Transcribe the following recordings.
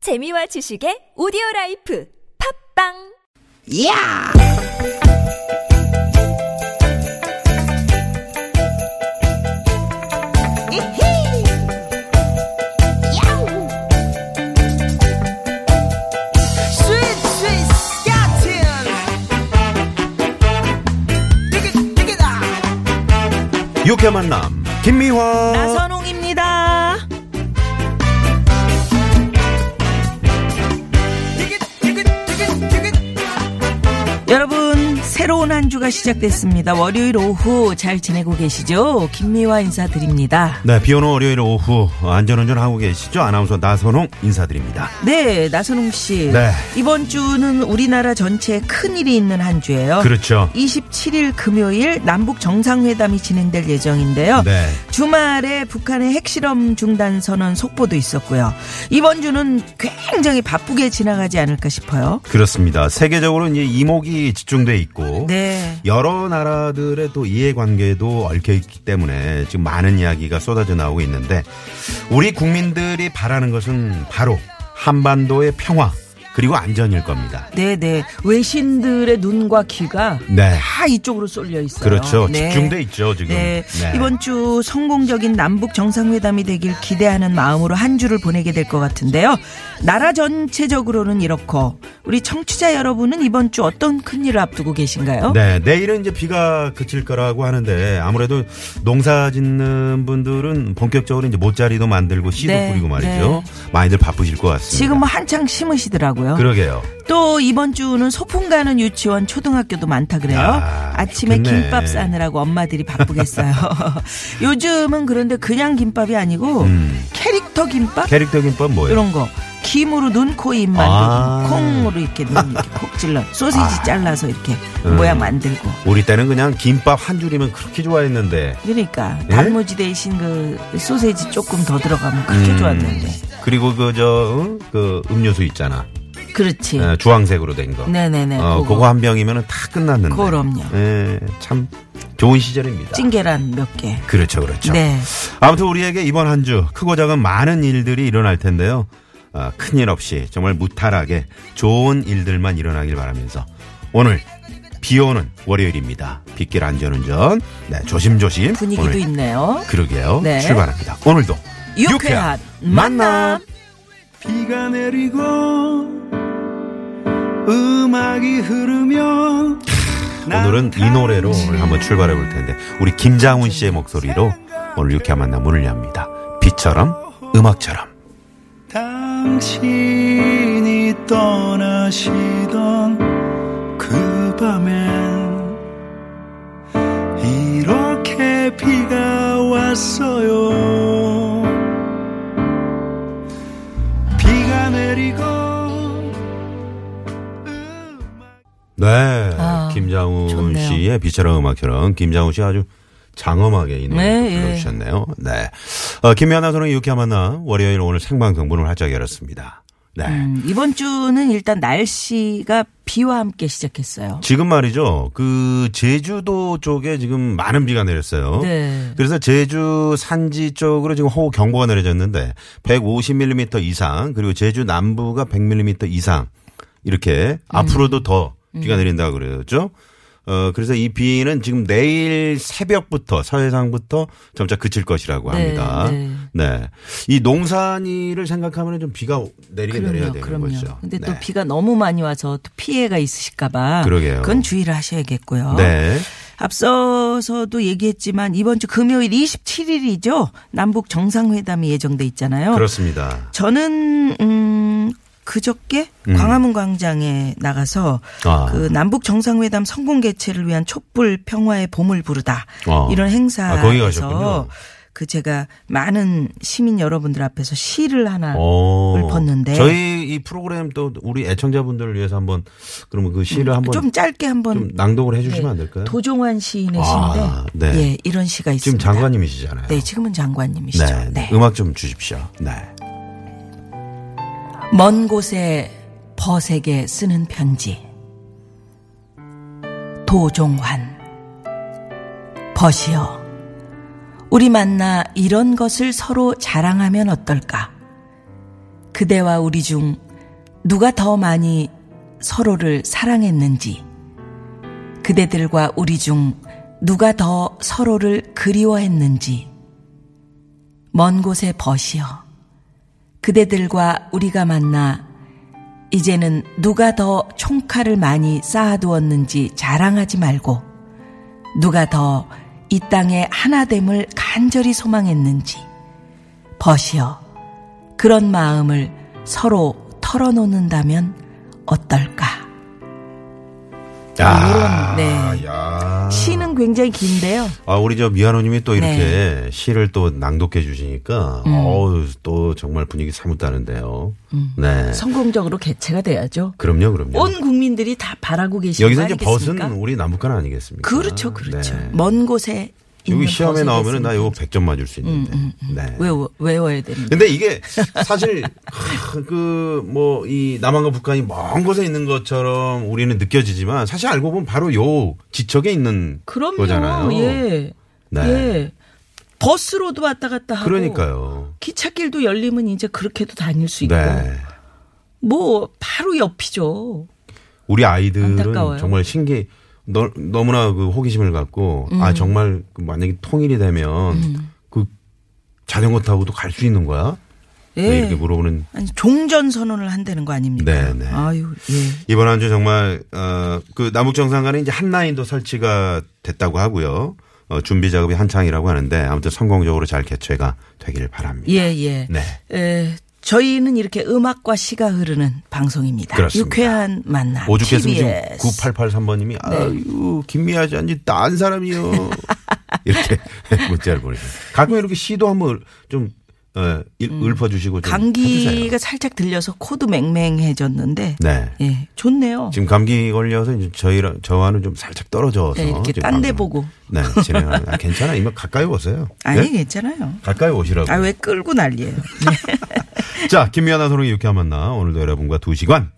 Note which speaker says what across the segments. Speaker 1: 재미와 지식의 오디오 라이프 팝빵
Speaker 2: 야!
Speaker 3: 유쾌 만남 김미화
Speaker 2: 나선홍입니다. 여러분 새로운 한 주가 시작됐습니다. 월요일 오후 잘 지내고 계시죠? 김미화 인사드립니다.
Speaker 3: 네 비오는 월요일 오후 안전운전 하고 계시죠 아나운서 나선홍 인사드립니다
Speaker 2: 네, 나선홍 씨.
Speaker 3: 네.
Speaker 2: 이번 주는 우리나라 전체에 큰 일이 있는 한 주예요.
Speaker 3: 그렇죠
Speaker 2: 27일 금요일 남북 정상회담이 진행될 예정인데요.
Speaker 3: 네.
Speaker 2: 주말에 북한의 핵실험 중단 선언 속보도 있었고요. 이번 주는 굉장히 바쁘게 지나가지 않을까 싶어요.
Speaker 3: 그렇습니다 세계적으로 이제 이목이 집중돼 있고
Speaker 2: 네.
Speaker 3: 여러 나라들의 또 이해관계도 얽혀 있기 때문에 지금 많은 이야기가 쏟아져 나오고 있는데 우리 국민들이 바라는 것은 바로 한반도의 평화 그리고 안전일 겁니다
Speaker 2: 네, 네. 외신들의 눈과 귀가
Speaker 3: 네
Speaker 2: 다 이쪽으로 쏠려 있어요.
Speaker 3: 그렇죠
Speaker 2: 네.
Speaker 3: 집중돼 있죠 지금
Speaker 2: 네. 이번 주 성공적인 남북 정상회담이 되길 기대하는 마음으로 한 주를 보내게 될 것 같은데요. 나라 전체적으로는 이렇고 우리 청취자 여러분은 이번 주 어떤 큰 일을 앞두고 계신가요?
Speaker 3: 네, 내일은 이제 비가 그칠 거라고 하는데 아무래도 농사 짓는 분들은 본격적으로 이제 모짜리도 만들고 씨도
Speaker 2: 네,
Speaker 3: 뿌리고 말이죠. 많이들 바쁘실 것 같습니다.
Speaker 2: 지금 뭐 한창 심으시더라고요.
Speaker 3: 그러게요.
Speaker 2: 또 이번 주는 소풍 가는 유치원 초등학교도 많다 그래요.
Speaker 3: 아,
Speaker 2: 아, 침에
Speaker 3: 좋겠네.
Speaker 2: 김밥 싸느라고 엄마들이 바쁘겠어요. 요즘은 그런데 그냥 김밥이 아니고
Speaker 3: 음.
Speaker 2: 캐릭터 김밥
Speaker 3: 캐릭터 김밥 뭐예요?
Speaker 2: 이런 거 김으로 눈, 코, 입 만들고
Speaker 3: 아.
Speaker 2: 콩으로 이렇게 눈 이렇게 콕 찔러 소시지 잘라서 이렇게
Speaker 3: 음.
Speaker 2: 모양 만들고
Speaker 3: 우리 때는 그냥 김밥 한 줄이면 그렇게 좋아했는데.
Speaker 2: 그러니까
Speaker 3: 예?
Speaker 2: 단무지 대신 그 소세지 조금 더 들어가면 그렇게
Speaker 3: 음.
Speaker 2: 좋았는데
Speaker 3: 그리고 그저그 음료수 있잖아.
Speaker 2: 그렇지
Speaker 3: 어, 주황색으로 된 거.
Speaker 2: 네. 네네네
Speaker 3: 어, 그거. 한 병이면 다 끝났는데.
Speaker 2: 그럼요.
Speaker 3: 예, 참 좋은 시절입니다.
Speaker 2: 찐계란 몇개
Speaker 3: 그렇죠, 그렇죠.
Speaker 2: 네.
Speaker 3: 아무튼 우리에게 이번 한 주 크고 작은 많은 일들이 일어날 텐데요. 아, 큰일 없이 정말 무탈하게 좋은 일들만 일어나길 바라면서 오늘 비 오는 월요일입니다. 빗길 안전운전 네, 조심조심
Speaker 2: 분위기도
Speaker 3: 오늘
Speaker 2: 있네요
Speaker 3: 그러게요.
Speaker 2: 네.
Speaker 3: 출발합니다. 오늘도
Speaker 2: 유쾌한 만남
Speaker 4: 비가 내리고 음악이 흐르며
Speaker 3: 오늘은 이 노래로 오늘 한번 출발해 볼 텐데 우리 김장훈 씨의 목소리로 오늘 유쾌한 만남 문을 엽니다. 비처럼 음악처럼
Speaker 4: 당신이 떠나시던 그 밤엔 이렇게 비가 왔어요 비가 내리고 음악
Speaker 3: 네.
Speaker 2: 아,
Speaker 3: 김장훈
Speaker 2: 좋네요.
Speaker 3: 씨의 비처럼 음악처럼 김장훈 씨 아주 장엄하게 이 노래
Speaker 2: 네, 예.
Speaker 3: 불러주셨네요. 네. 어, 김연아 선생 유쾌한 만남 월요일 오늘 생방송 문을 활짝 열었습니다. 네.
Speaker 2: 음, 이번 주는 일단 날씨가 비와 함께 시작했어요
Speaker 3: 지금 말이죠. 그 제주도 쪽에 지금 많은 비가 내렸어요.
Speaker 2: 네.
Speaker 3: 그래서 제주 산지 쪽으로 지금 호우 경보가 내려졌는데 150mm 이상 그리고 제주 남부가 100mm 이상
Speaker 2: 음.
Speaker 3: 이렇게 앞으로도 더 비가 내린다 고 그랬죠. 어 그래서 이 비는 지금 내일 새벽부터 서해상부터 점차 그칠 것이라고
Speaker 2: 네,
Speaker 3: 합니다.
Speaker 2: 네.
Speaker 3: 네. 이 농산일을 생각하면 좀 비가 내리게 내려야 되는
Speaker 2: 그럼요.
Speaker 3: 거죠.
Speaker 2: 근데
Speaker 3: 네.
Speaker 2: 또 비가 너무 많이 와서 또 피해가 있으실까봐.
Speaker 3: 그러게요.
Speaker 2: 그건 주의를 하셔야겠고요.
Speaker 3: 네.
Speaker 2: 앞서서도 얘기했지만 이번 주 금요일 27일이죠. 남북 정상회담이 예정돼 있잖아요.
Speaker 3: 그렇습니다.
Speaker 2: 저는 음 그저께 광화문 광장에 나가서
Speaker 3: 음. 아.
Speaker 2: 그 남북 정상회담 성공 개최를 위한 촛불 평화의 봄을 부르다
Speaker 3: 어.
Speaker 2: 이런
Speaker 3: 아, 거기
Speaker 2: 행사에서
Speaker 3: 가셨군요.
Speaker 2: 그 제가 많은 시민 여러분들 앞에서 시를 하나
Speaker 3: 어.
Speaker 2: 을 폈는데
Speaker 3: 저희 이 프로그램 또 우리 애청자분들을 위해서 한번 그러면 그 시를 한번
Speaker 2: 음, 좀
Speaker 3: 좀,
Speaker 2: 짧게 한번 네,
Speaker 3: 낭독을 해주시면 안 될까요?
Speaker 2: 도종환 시인의
Speaker 3: 아,
Speaker 2: 시인데
Speaker 3: 네.
Speaker 2: 예 이런 시가
Speaker 3: 지금
Speaker 2: 있습니다.
Speaker 3: 장관님이시잖아요.
Speaker 2: 네 지금은 장관님이시죠.
Speaker 3: 네,
Speaker 2: 네.
Speaker 3: 음악 좀 주십시오. 네.
Speaker 2: 먼 곳에 벗에게 쓰는 편지. 도종환. 벗이여. 우리 만나 이런 것을 서로 자랑하면 어떨까? 그대와 우리 중 누가 더 많이 서로를 사랑했는지, 그대들과 우리 중 누가 더 서로를 그리워했는지, 먼 곳의 벗이여, 그대들과 우리가 만나 이제는 누가 더 총칼을 많이 쌓아두었는지 자랑하지 말고, 누가 더 이 땅의 하나됨을 간절히 소망했는지, 벗이여, 그런 마음을 서로 털어놓는다면 어떨까?
Speaker 3: 야,
Speaker 2: 아, 이런, 네.
Speaker 3: 야.
Speaker 2: 시는 굉장히 긴데요.
Speaker 3: 아, 우리 저 미아노님이
Speaker 2: 네.
Speaker 3: 또 이렇게 시를 또 낭독해 주시니까,
Speaker 2: 음.
Speaker 3: 어우, 또 정말 분위기 사뭇다는데요. 네.
Speaker 2: 성공적으로 개최가 돼야죠.
Speaker 3: 그럼요, 그럼요.
Speaker 2: 음. 온 국민들이 다 바라고 계시는
Speaker 3: 여기서
Speaker 2: 거
Speaker 3: 이제
Speaker 2: 아니겠습니까?
Speaker 3: 벗은 우리 남북한 아니겠습니까?
Speaker 2: 그렇죠, 그렇죠.
Speaker 3: 네.
Speaker 2: 먼 곳에 있는
Speaker 3: 여기 시험에
Speaker 2: 벗을
Speaker 3: 나오면 나
Speaker 2: 했습니다.
Speaker 3: 이거 100점 맞을 수 있는데.
Speaker 2: 음,
Speaker 3: 네.
Speaker 2: 외워 외워야 됩니다.
Speaker 3: 근데 이게 사실 그 뭐 이 남한과 북한이 먼 곳에 있는 것처럼 우리는 느껴지지만 사실 알고 보면 바로 요 지척에 있는
Speaker 2: 그럼요.
Speaker 3: 거잖아요.
Speaker 2: 예.
Speaker 3: 네.
Speaker 2: 예. 버스로도 왔다 갔다 하고
Speaker 3: 그러니까요.
Speaker 2: 기찻길도 열리면 이제 그렇게도 다닐 수 있고
Speaker 3: 네.
Speaker 2: 뭐 바로 옆이죠.
Speaker 3: 우리 아이들은
Speaker 2: 안타까워요.
Speaker 3: 정말 신기 너, 너무나 그 호기심을 갖고
Speaker 2: 음.
Speaker 3: 아 정말 그 만약에 통일이 되면 그 자전거 타고도 갈 수 있는 거야?
Speaker 2: 예.
Speaker 3: 네, 이렇게 물어보는
Speaker 2: 아니 종전 선언을 한다는 거 아닙니까?
Speaker 3: 네, 네.
Speaker 2: 아유, 예.
Speaker 3: 이번 한 주 정말 어그 남북 정상 간에 이제 한 라인도 설치가 됐다고 하고요. 어 준비 작업이 한창이라고 하는데 아무튼 성공적으로 잘 개최가 되길 바랍니다.
Speaker 2: 예, 예.
Speaker 3: 네.
Speaker 2: 에, 저희는 이렇게 음악과 시가 흐르는 방송입니다.
Speaker 3: 그렇습니다.
Speaker 2: 유쾌한 만남.
Speaker 3: 오죽했으면 지금
Speaker 2: 아, TBS. 네.
Speaker 3: 9883번님이 아유 김미아 씨 아니 딴 사람이요 이렇게 문자를 보내세요. 가끔 이렇게 시도 한번 좀 어, 일- 읊어주시고 좀 해주세요.
Speaker 2: 음. 감기가 살짝 들려서 코도 맹맹해졌는데
Speaker 3: 네
Speaker 2: 예, 좋네요.
Speaker 3: 지금 감기 걸려서 이제 저희랑 저와는 좀 살짝 떨어져서
Speaker 2: 네, 이렇게
Speaker 3: 지금
Speaker 2: 딴 데
Speaker 3: 방송을-
Speaker 2: 보고.
Speaker 3: 네 진행하는 아, 괜찮아 이면 가까이 오세요.
Speaker 2: 아니
Speaker 3: 네?
Speaker 2: 괜찮아요.
Speaker 3: 가까이 오시라고.
Speaker 2: 아 왜 끌고 난리예요.
Speaker 3: 자, 김미아나 소롱이 유쾌한 만나. 오늘도 여러분과 두시간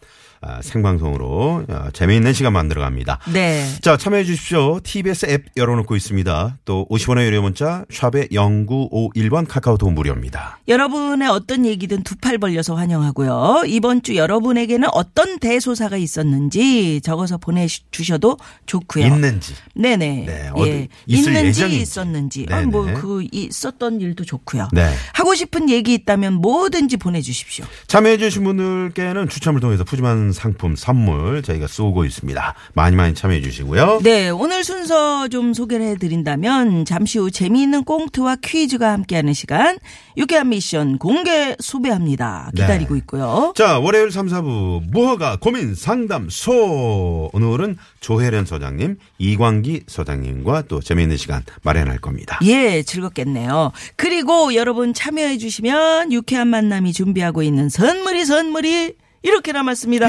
Speaker 3: 아, 생방송으로 아, 재미있는 시간 만들어 갑니다.
Speaker 2: 네.
Speaker 3: 자, 참여해 주십시오. TBS 앱 열어놓고 있습니다. 또 50원의 유료 문자 샵에 0951번 카카오톡 무료입니다.
Speaker 2: 여러분의 어떤 얘기든 두 팔 벌려서 환영하고요. 이번 주 여러분에게는 어떤 대소사가 있었는지 적어서 보내주셔도 좋고요.
Speaker 3: 있는지.
Speaker 2: 네네.
Speaker 3: 네,
Speaker 2: 예.
Speaker 3: 어디 있을
Speaker 2: 있는지
Speaker 3: 예정인지.
Speaker 2: 있었는지.
Speaker 3: 네네.
Speaker 2: 뭐 그 있었던 일도 좋고요.
Speaker 3: 네.
Speaker 2: 하고 싶은 얘기 있다면 뭐든지 보내주십시오.
Speaker 3: 참여해 주신 분들께는 추첨을 통해서 푸짐한 상품 선물 저희가 쏘고 있습니다. 많이 많이 참여해 주시고요.
Speaker 2: 네, 오늘 순서 좀 소개를 해드린다면 잠시 후 재미있는 꽁트와 퀴즈가 함께하는 시간 유쾌한 미션 공개 수배합니다. 기다리고
Speaker 3: 네.
Speaker 2: 있고요.
Speaker 3: 자, 월요일 3, 4부 무허가 고민 상담소. 오늘은 조혜련 소장님, 이광기 소장님과 또 재미있는 시간 마련할 겁니다.
Speaker 2: 예, 즐겁겠네요. 그리고 여러분 참여해 주시면 유쾌한 만남이 준비하고 있는 선물이 선물이 이렇게 남았습니다.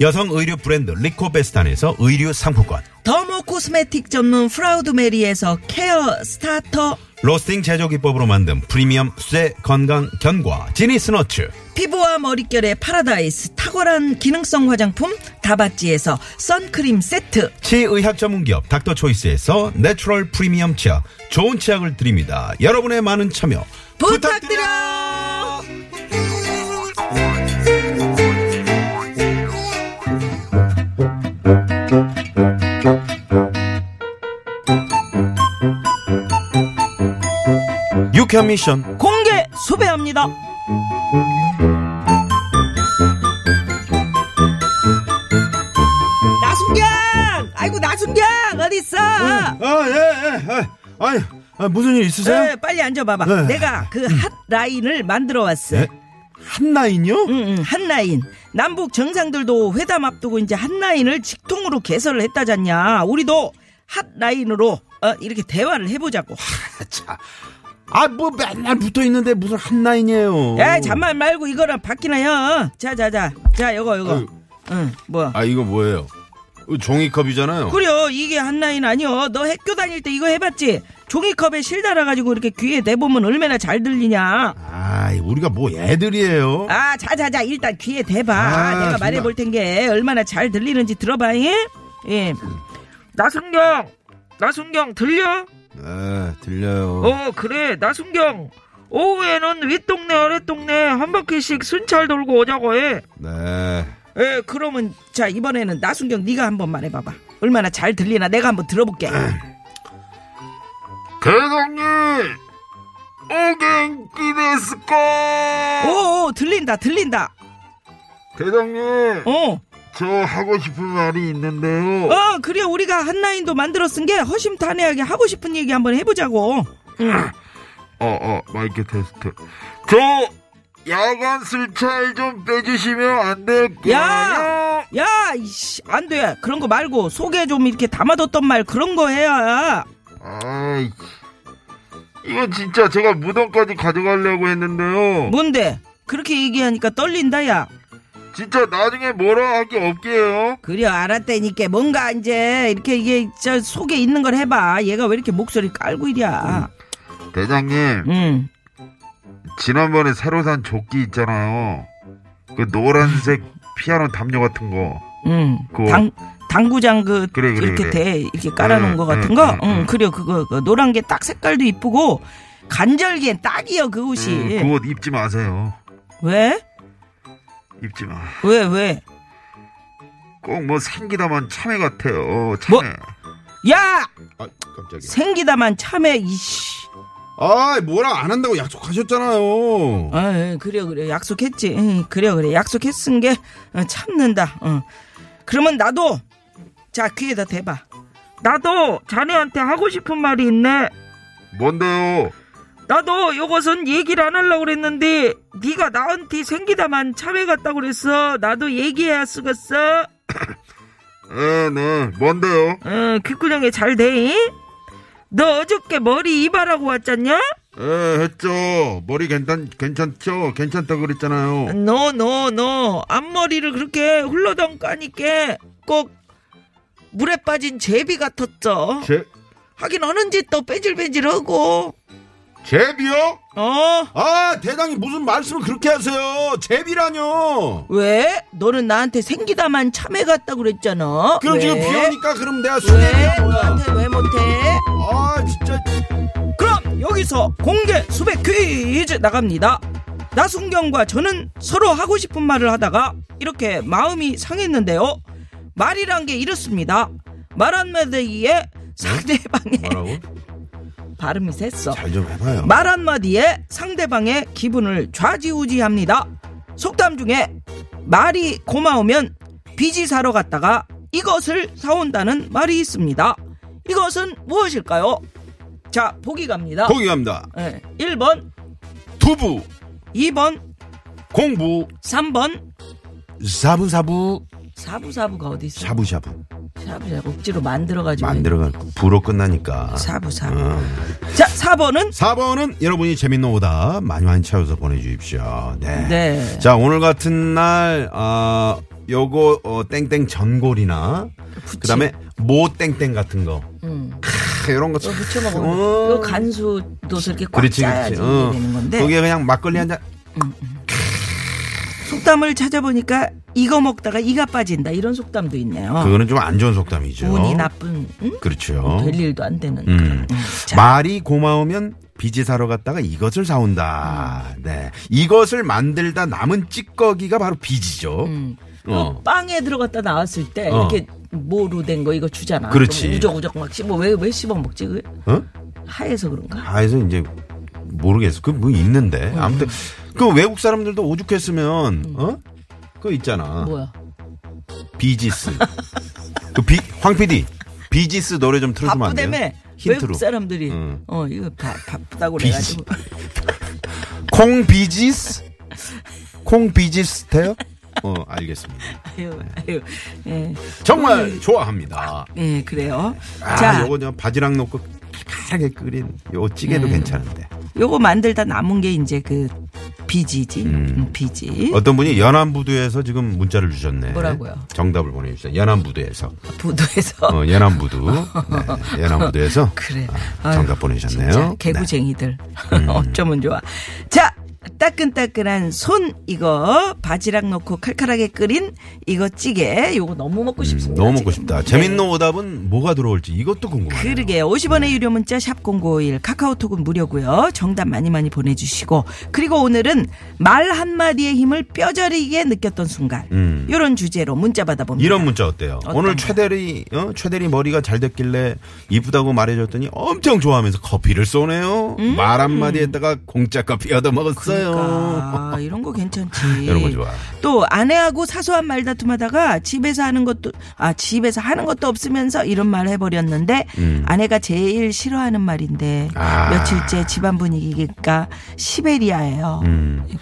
Speaker 3: 여성 의류 브랜드 리코베스탄에서 의류 상품권
Speaker 2: 더모 코스메틱 전문 프라우드 메리에서 케어 스타터
Speaker 3: 로스팅 제조 기법으로 만든 프리미엄 쇠 건강 견과 지니스 너츠
Speaker 2: 피부와 머릿결의 파라다이스 탁월한 기능성 화장품 다바찌에서 선크림 세트
Speaker 3: 치의학 전문기업 닥터초이스에서 내추럴 프리미엄 치약 좋은 치약을 드립니다. 여러분의 많은 참여
Speaker 2: 부탁드려
Speaker 3: 유쾌한 미션
Speaker 2: 공개 수배합니다 나순경 아이고 나순경 어딨어
Speaker 3: 아예예 아니 아, 무슨 일 있으세요?
Speaker 2: 에, 네, 빨리 앉아봐봐
Speaker 3: 네.
Speaker 2: 내가 그 핫 라인을 만들어 왔어
Speaker 3: 네? 한라인요?
Speaker 2: 응, 응, 음, 한라인. 남북 정상들도 회담 앞두고 이제 한라인을 직통으로 개설을 했다잖냐. 우리도 핫라인으로 어, 이렇게 대화를 해보자고.
Speaker 3: 자
Speaker 5: 아 뭐 맨날 붙어 있는데 무슨 한라인이에요.
Speaker 2: 야, 잔말 말고 이거랑 바뀌나 해. 자, 자, 자. 자, 요거 요거.
Speaker 5: 아유.
Speaker 2: 응, 뭐야?
Speaker 5: 아 이거 뭐예요? 이거 종이컵이잖아요.
Speaker 2: 그려 이게 한라인 아니여 너 학교 다닐 때 이거 해봤지 종이컵에 실 달아가지고 이렇게 귀에 대보면 얼마나 잘 들리냐
Speaker 5: 아 우리가 뭐 애들이에요.
Speaker 2: 아 자자자 일단 귀에 대봐
Speaker 5: 아,
Speaker 2: 내가
Speaker 5: 정말.
Speaker 2: 말해볼 텐게 얼마나 잘 들리는지 들어봐 예? 예. 나순경 나순경 들려?
Speaker 3: 네,
Speaker 5: 아, 들려요.
Speaker 2: 어 그래 나순경 오후에는 윗동네 아랫동네 한 바퀴씩 순찰 돌고 오자고 해
Speaker 5: 네.
Speaker 2: 예, 그러면 자 이번에는 나순경 네가 한번 말해봐봐 얼마나 잘 들리나 내가 한번 들어볼게
Speaker 5: 대장님 오갱기 데스까?
Speaker 2: 오오 어, 들린다 들린다
Speaker 5: 대장님
Speaker 2: 어
Speaker 5: 저 하고 싶은 말이 있는데요.
Speaker 2: 어, 그래 우리가 한라인도 만들어 쓴 게 허심탄회하게 하고 싶은 얘기 한번 해보자고.
Speaker 5: 어, 어, 마이크 테스트. 저 야간 술차에 좀 빼주시면 안 될까요?
Speaker 2: 야! 야, 이씨, 안 돼. 그런 거 말고 속에 좀 이렇게 담아뒀던 말 그런 거 해야.
Speaker 5: 아이, 이거 진짜 제가 무덤까지 가져가려고
Speaker 2: 뭐?
Speaker 5: 했는데요.
Speaker 2: 뭔데? 그렇게 얘기하니까 떨린다, 야.
Speaker 5: 진짜 나중에 뭐라 할 게 없게요.
Speaker 2: 그래, 알았다니까. 뭔가 이제 이렇게 이게 저 속에 있는 걸 해봐. 얘가 왜 이렇게 목소리 깔고 이랴.
Speaker 5: 대장님,
Speaker 2: 응.
Speaker 5: 지난번에 새로 산 조끼 있잖아요. 그 노란색 피아노 담요 같은 거.
Speaker 2: 응.
Speaker 5: 그거-
Speaker 2: 음, 당, 당구장 그,
Speaker 5: 그래, 그래,
Speaker 2: 이렇게
Speaker 5: 그래. 음,
Speaker 2: 돼. 이렇게 깔아놓은
Speaker 5: 응,
Speaker 2: 거 같은
Speaker 5: 응,
Speaker 2: 거?
Speaker 5: 응,
Speaker 2: 응,
Speaker 5: 응.
Speaker 2: 그래, 그거. 그 노란 게 딱 색깔도 이쁘고, 간절기엔 딱이여, 그 옷이.
Speaker 5: 음, 그옷 입지 마세요.
Speaker 2: 왜?
Speaker 5: 입지 마.
Speaker 2: 왜, 왜?
Speaker 5: 꼭 뭐 생기다만 참외 같아요.
Speaker 2: 뭐?
Speaker 5: 참외.
Speaker 2: 야!
Speaker 3: 아 깜짝이야.
Speaker 2: 생기다만 참에, 이씨.
Speaker 3: 아 뭐라 안 한다고 약속하셨잖아요.
Speaker 2: 아, 그래, 그래. 약속했지. 응, 그래, 그래. 약속했은 게 어, 참는다. 어. 그러면 나도, 자, 귀에다 대봐. 나도 자네한테 하고 싶은 말이 있네.
Speaker 5: 뭔데요?
Speaker 2: 나도 요것은 얘기를 안 하려고 그랬는데 네가 나한테 생기다만 참외 같다고 그랬어. 나도 얘기해야 쓰겠어.
Speaker 5: 네, 네. 뭔데요?
Speaker 2: 어, 귓구녕에 잘 돼. 잉? 너 어저께 머리 이발하고 왔잖냐?
Speaker 5: 예, 했죠. 머리 괜찮, 괜찮죠? 괜찮다고 그랬잖아요.
Speaker 2: 너, 너, 너 앞머리를 그렇게 흘러던까니까 꼭 물에 빠진 제비 같았죠.
Speaker 5: 제,
Speaker 2: 하긴 어는 짓도 뺀질뺀질하고.
Speaker 3: 제비요?
Speaker 2: 어?
Speaker 3: 아 대장님 무슨 말씀을 그렇게 하세요? 제비라뇨.
Speaker 2: 왜? 너는 나한테 생기다만 참외 같다고 그랬잖아.
Speaker 3: 그럼
Speaker 2: 왜?
Speaker 3: 지금 비오니까 그럼 내가
Speaker 2: 왜?
Speaker 3: 수행이야 뭐야?
Speaker 2: 너한테 왜 못해?
Speaker 3: 아 진짜.
Speaker 2: 그럼 여기서 공개 수백 퀴즈 나갑니다. 나순경과 저는 서로 하고 싶은 말을 하다가 이렇게 마음이 상했는데요. 말이란 게 이렇습니다. 말 한마디에 상대방의
Speaker 3: 뭐라고?
Speaker 2: 발음이 셌어.
Speaker 3: 잘 좀 해봐요.
Speaker 2: 말 한마디에 상대방의 기분을 좌지우지합니다. 속담 중에 말이 고마우면 빚이 사러 갔다가 이것을 사온다는 말이 있습니다. 이것은 무엇일까요? 자, 보기 갑니다.
Speaker 3: 거기 갑니다.
Speaker 2: 예, 1번,
Speaker 3: 두부
Speaker 2: 2번,
Speaker 3: 공부
Speaker 2: 3번,
Speaker 3: 사부사부
Speaker 2: 사부사부가 어디 있어?
Speaker 3: 샤부샤부
Speaker 2: 사부사부 억지로 만들어가지고.
Speaker 5: 만들어간, 부로 끝나니까.
Speaker 2: 사부사부.
Speaker 3: 어.
Speaker 2: 자, 4번은?
Speaker 3: 4번은 여러분이 재밌는 오다 많이 많이 채워서 보내주십시오. 네.
Speaker 2: 네.
Speaker 3: 자 오늘 같은 날 아, 요거 어, 땡땡 전골이나
Speaker 2: 부침.
Speaker 3: 그다음에 모 땡땡 같은 거
Speaker 2: 음.
Speaker 3: 캬, 이런 거
Speaker 2: 이거
Speaker 3: 참-
Speaker 2: 붙여먹어.
Speaker 3: 어.
Speaker 2: 이거 그 간수도 이렇게 꽉
Speaker 3: 그렇지 그렇지.
Speaker 2: 짜야지 이게
Speaker 3: 어.
Speaker 2: 되는 건데. 음.
Speaker 3: 거기에 그냥 막걸리 한 잔.
Speaker 2: 속담을 찾아보니까 이거 먹다가 이가 빠진다 이런 속담도 있네요.
Speaker 3: 그거는 좀 안 좋은 속담이죠.
Speaker 2: 어. 운이 나쁜 응?
Speaker 3: 그렇죠.
Speaker 2: 될 일도 안 되는.
Speaker 3: 음.
Speaker 2: 그런, 음. 자,
Speaker 3: 말이 고마우면 빚이 사러 갔다가 이것을 사온다.
Speaker 2: 음.
Speaker 3: 네. 이것을 만들다 남은 찌꺼기가 바로 빚이죠.
Speaker 2: 음. 그
Speaker 3: 어.
Speaker 2: 빵에 들어갔다 나왔을 때
Speaker 3: 어.
Speaker 2: 이렇게 뭐로 된 거 이거 주잖아.
Speaker 3: 그렇지.
Speaker 2: 그럼 우적우적 막 씹어 왜 왜 씹어 먹지 그
Speaker 3: 어?
Speaker 2: 하에서 그런가?
Speaker 3: 아, 그래서 이제 모르겠어. 그 뭐 있는데.
Speaker 2: 음.
Speaker 3: 아무튼 그 외국 사람들도 오죽했으면 어? 그거 있잖아.
Speaker 2: 뭐야?
Speaker 3: 비지스. 그 비, 황 PD. 비지스 노래 좀 틀어주면 안 돼요?
Speaker 2: 바쁘다며
Speaker 3: 힌트로.
Speaker 2: 외국 사람들이
Speaker 3: 음.
Speaker 2: 어 이거 바, 바쁘다고
Speaker 3: 비지.
Speaker 2: 그래가지고
Speaker 3: 콩 비지스? 콩 비지스테요? 어, 알겠습니다.
Speaker 2: 아유 아유 예,
Speaker 3: 정말 좋아합니다.
Speaker 2: 예 그래요.
Speaker 3: 아,
Speaker 2: 음. 자
Speaker 3: 요거 그냥 바지락 넣고
Speaker 5: 칼칼하게 끓인 요 찌개도
Speaker 2: 네.
Speaker 5: 괜찮은데.
Speaker 2: 요거 만들다 남은 게 이제 그 비지지. 음, 비지.
Speaker 3: 어떤 분이 연안부두에서 지금 문자를 주셨네.
Speaker 2: 뭐라고요?
Speaker 3: 정답을 보내주셨어요. 연안부두에서.
Speaker 2: 부도에서.
Speaker 3: 어, 연안부두. 네, 연안부두에서.
Speaker 2: 그래.
Speaker 3: 아, 정답 보내셨네요. 음.
Speaker 2: 진짜 개구쟁이들. 어쩌면 좋아. 자, 따끈따끈한 손 이거 바지락 넣고 칼칼하게 끓인 이거 찌개. 요거 너무 먹고
Speaker 3: 음,
Speaker 2: 싶습니다.
Speaker 3: 너무 먹고
Speaker 2: 지금.
Speaker 3: 싶다.
Speaker 2: 네.
Speaker 3: 재밌는 오답은 뭐가 들어올지 이것도 궁금하네요.
Speaker 2: 그러게요. 50원의 유료 문자 샵 0951 카카오톡은 무료고요. 정답 많이 많이 보내주시고 그리고 오늘은 말 한마디의 힘을 뼈저리게 느꼈던 순간 이런 주제로 문자 받아봅니다.
Speaker 3: 음. 이런 문자 어때요?
Speaker 2: 어떤
Speaker 3: 오늘
Speaker 2: 거?
Speaker 3: 최대리 어? 최대리 머리가 잘 됐길래 이쁘다고 말해줬더니 엄청 좋아하면서 커피를 쏘네요. 말 한마디 했다가 공짜 커피 얻어 먹었어요.
Speaker 2: 음. 그러니까 이런 거 괜찮지.
Speaker 3: 이런 거 좋아.
Speaker 2: 또 아내하고 사소한 말다툼하다가 집에서 하는 것도 아 집에서 하는 것도 없으면서 이런 말 해버렸는데 아내가 제일 싫어하는 말인데
Speaker 3: 음. 아.
Speaker 2: 며칠째 집안 분위기가 시베리아예요.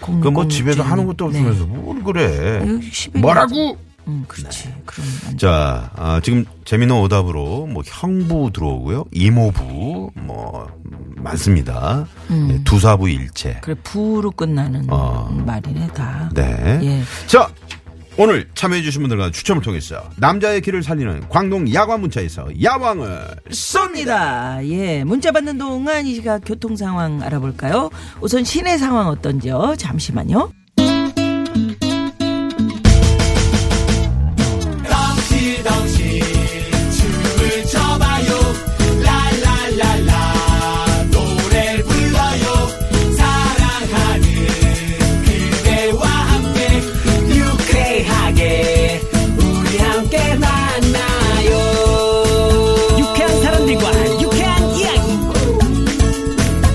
Speaker 3: 그 뭐 집에서 하는 것도
Speaker 2: 네.
Speaker 3: 없으면서 뭘 그래?
Speaker 2: 시베리아.
Speaker 3: 뭐라고?
Speaker 2: 음, 그렇지.
Speaker 3: 네.
Speaker 2: 그럼 안 돼.
Speaker 3: 자, 아, 지금 재미있는 오답으로 뭐 형부 들어오고요, 이모부 뭐 음, 많습니다.
Speaker 2: 음.
Speaker 3: 네, 두사부 일체.
Speaker 2: 그래 부로 끝나는
Speaker 3: 어.
Speaker 2: 말이네 다.
Speaker 3: 네.
Speaker 2: 예.
Speaker 3: 자, 오늘 참여해주신 분들과 추첨을 통해서 남자의 길을 살리는 광동 야광 문자에서 야광을
Speaker 2: 쏩니다. 예. 문자 받는 동안 이 시각 교통 상황 알아볼까요? 우선 시내 상황 어떤지요? 잠시만요.
Speaker 6: 유쾌한 사람들과 유쾌한 이야기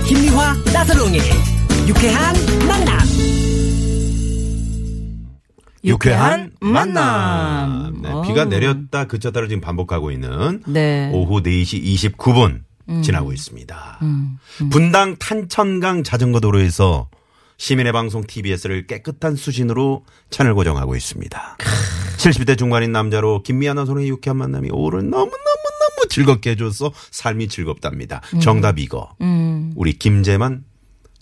Speaker 6: 김미화 나서롱의 유쾌한 만남
Speaker 3: 유쾌한 만남.
Speaker 2: 만남.
Speaker 3: 네,
Speaker 2: 어.
Speaker 3: 비가 내렸다 그쳤다를 지금 반복하고 있는
Speaker 2: 네.
Speaker 3: 오후 4시 29분 지나고 있습니다. 분당 탄천강 자전거 도로에서 시민의 방송 TBS를 깨끗한 수신으로 채널 고정하고 있습니다. 70대 중반인 남자로 김미아나 소의 유쾌한 만남이 오를 너무너무너무 즐겁게 해줘서 삶이 즐겁답니다. 정답 이거. 우리 김재만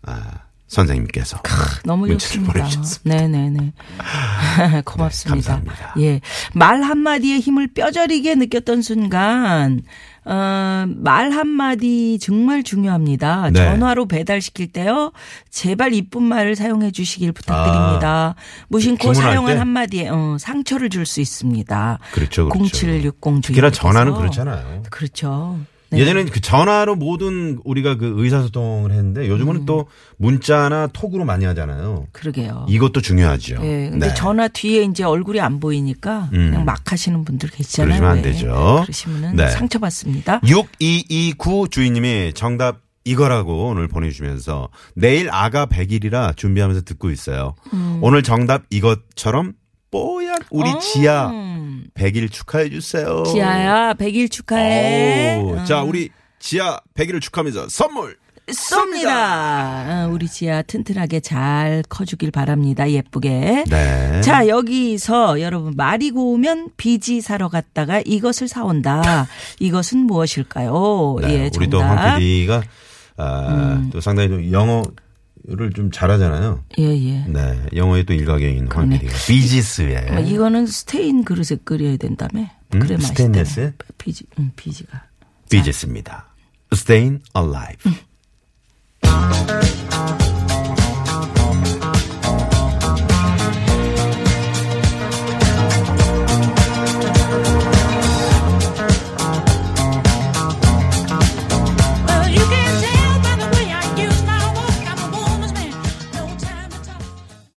Speaker 3: 아, 선생님께서
Speaker 2: 너무
Speaker 3: 문자를
Speaker 2: 좋습니다.
Speaker 3: 보내주셨습니다.
Speaker 2: 네네네. 고맙습니다.
Speaker 3: 네, 감사합니다.
Speaker 2: 예. 말 한마디에 힘을 뼈저리게 느꼈던 순간, 어, 말 한마디 정말 중요합니다.
Speaker 3: 네.
Speaker 2: 전화로 배달시킬 때요. 제발 이쁜 말을 사용해 주시길 부탁드립니다. 무심코
Speaker 3: 아, 주문할
Speaker 2: 사용한
Speaker 3: 때?
Speaker 2: 한마디에 어, 상처를 줄 수 있습니다.
Speaker 3: 그렇죠, 그렇죠.
Speaker 2: 0760 주인.
Speaker 3: 특히나 전화는 그렇잖아요.
Speaker 2: 그렇죠. 네.
Speaker 3: 예전에는 그 전화로 모든 우리가 그 의사소통을 했는데 요즘은
Speaker 2: 음.
Speaker 3: 또 문자나 톡으로 많이 하잖아요.
Speaker 2: 그러게요.
Speaker 3: 이것도 중요하죠.
Speaker 2: 예, 근데
Speaker 3: 네. 음.
Speaker 2: 전화 뒤에 이제 얼굴이 안 보이니까 그냥 막 하시는 분들 계시잖아요.
Speaker 3: 그러시면 안
Speaker 2: 왜.
Speaker 3: 되죠.
Speaker 2: 그러시면은
Speaker 3: 네.
Speaker 2: 상처받습니다.
Speaker 3: 6229 주인님이 정답 이거라고 오늘 보내주시면서 내일 아가 100일이라 준비하면서 듣고 있어요.
Speaker 2: 음.
Speaker 3: 오늘 정답 이것처럼 뽀얀 우리 지아 100일 축하해 주세요.
Speaker 2: 지아야, 100일 축하해.
Speaker 3: 오,
Speaker 2: 어,
Speaker 3: 자, 우리 지아 100일을 축하하면서 선물
Speaker 2: 쏩니다. 어, 우리 지아 튼튼하게 잘 커주길 바랍니다. 예쁘게.
Speaker 3: 네.
Speaker 2: 자, 여기서 여러분 말이 고우면 비지 사러 갔다가 이것을 사온다. 이것은 무엇일까요?
Speaker 3: 네,
Speaker 2: 예,
Speaker 3: 우리
Speaker 2: 정답. 음.
Speaker 3: 또황 PD가 아, 또 상당히 좀 영어를 좀 잘하잖아요.
Speaker 2: 예, 예.
Speaker 3: 네, 영어에 또 일가견인 황 PD가 비지스의
Speaker 2: 아, 이거는 스테인 그릇에 끓여야 된다며.
Speaker 3: 네.
Speaker 2: 그래 음, 맛있다.
Speaker 3: 음? 스테인레스?
Speaker 2: 비지, 응, 비지가.
Speaker 3: 비지스입니다. Staying Alive.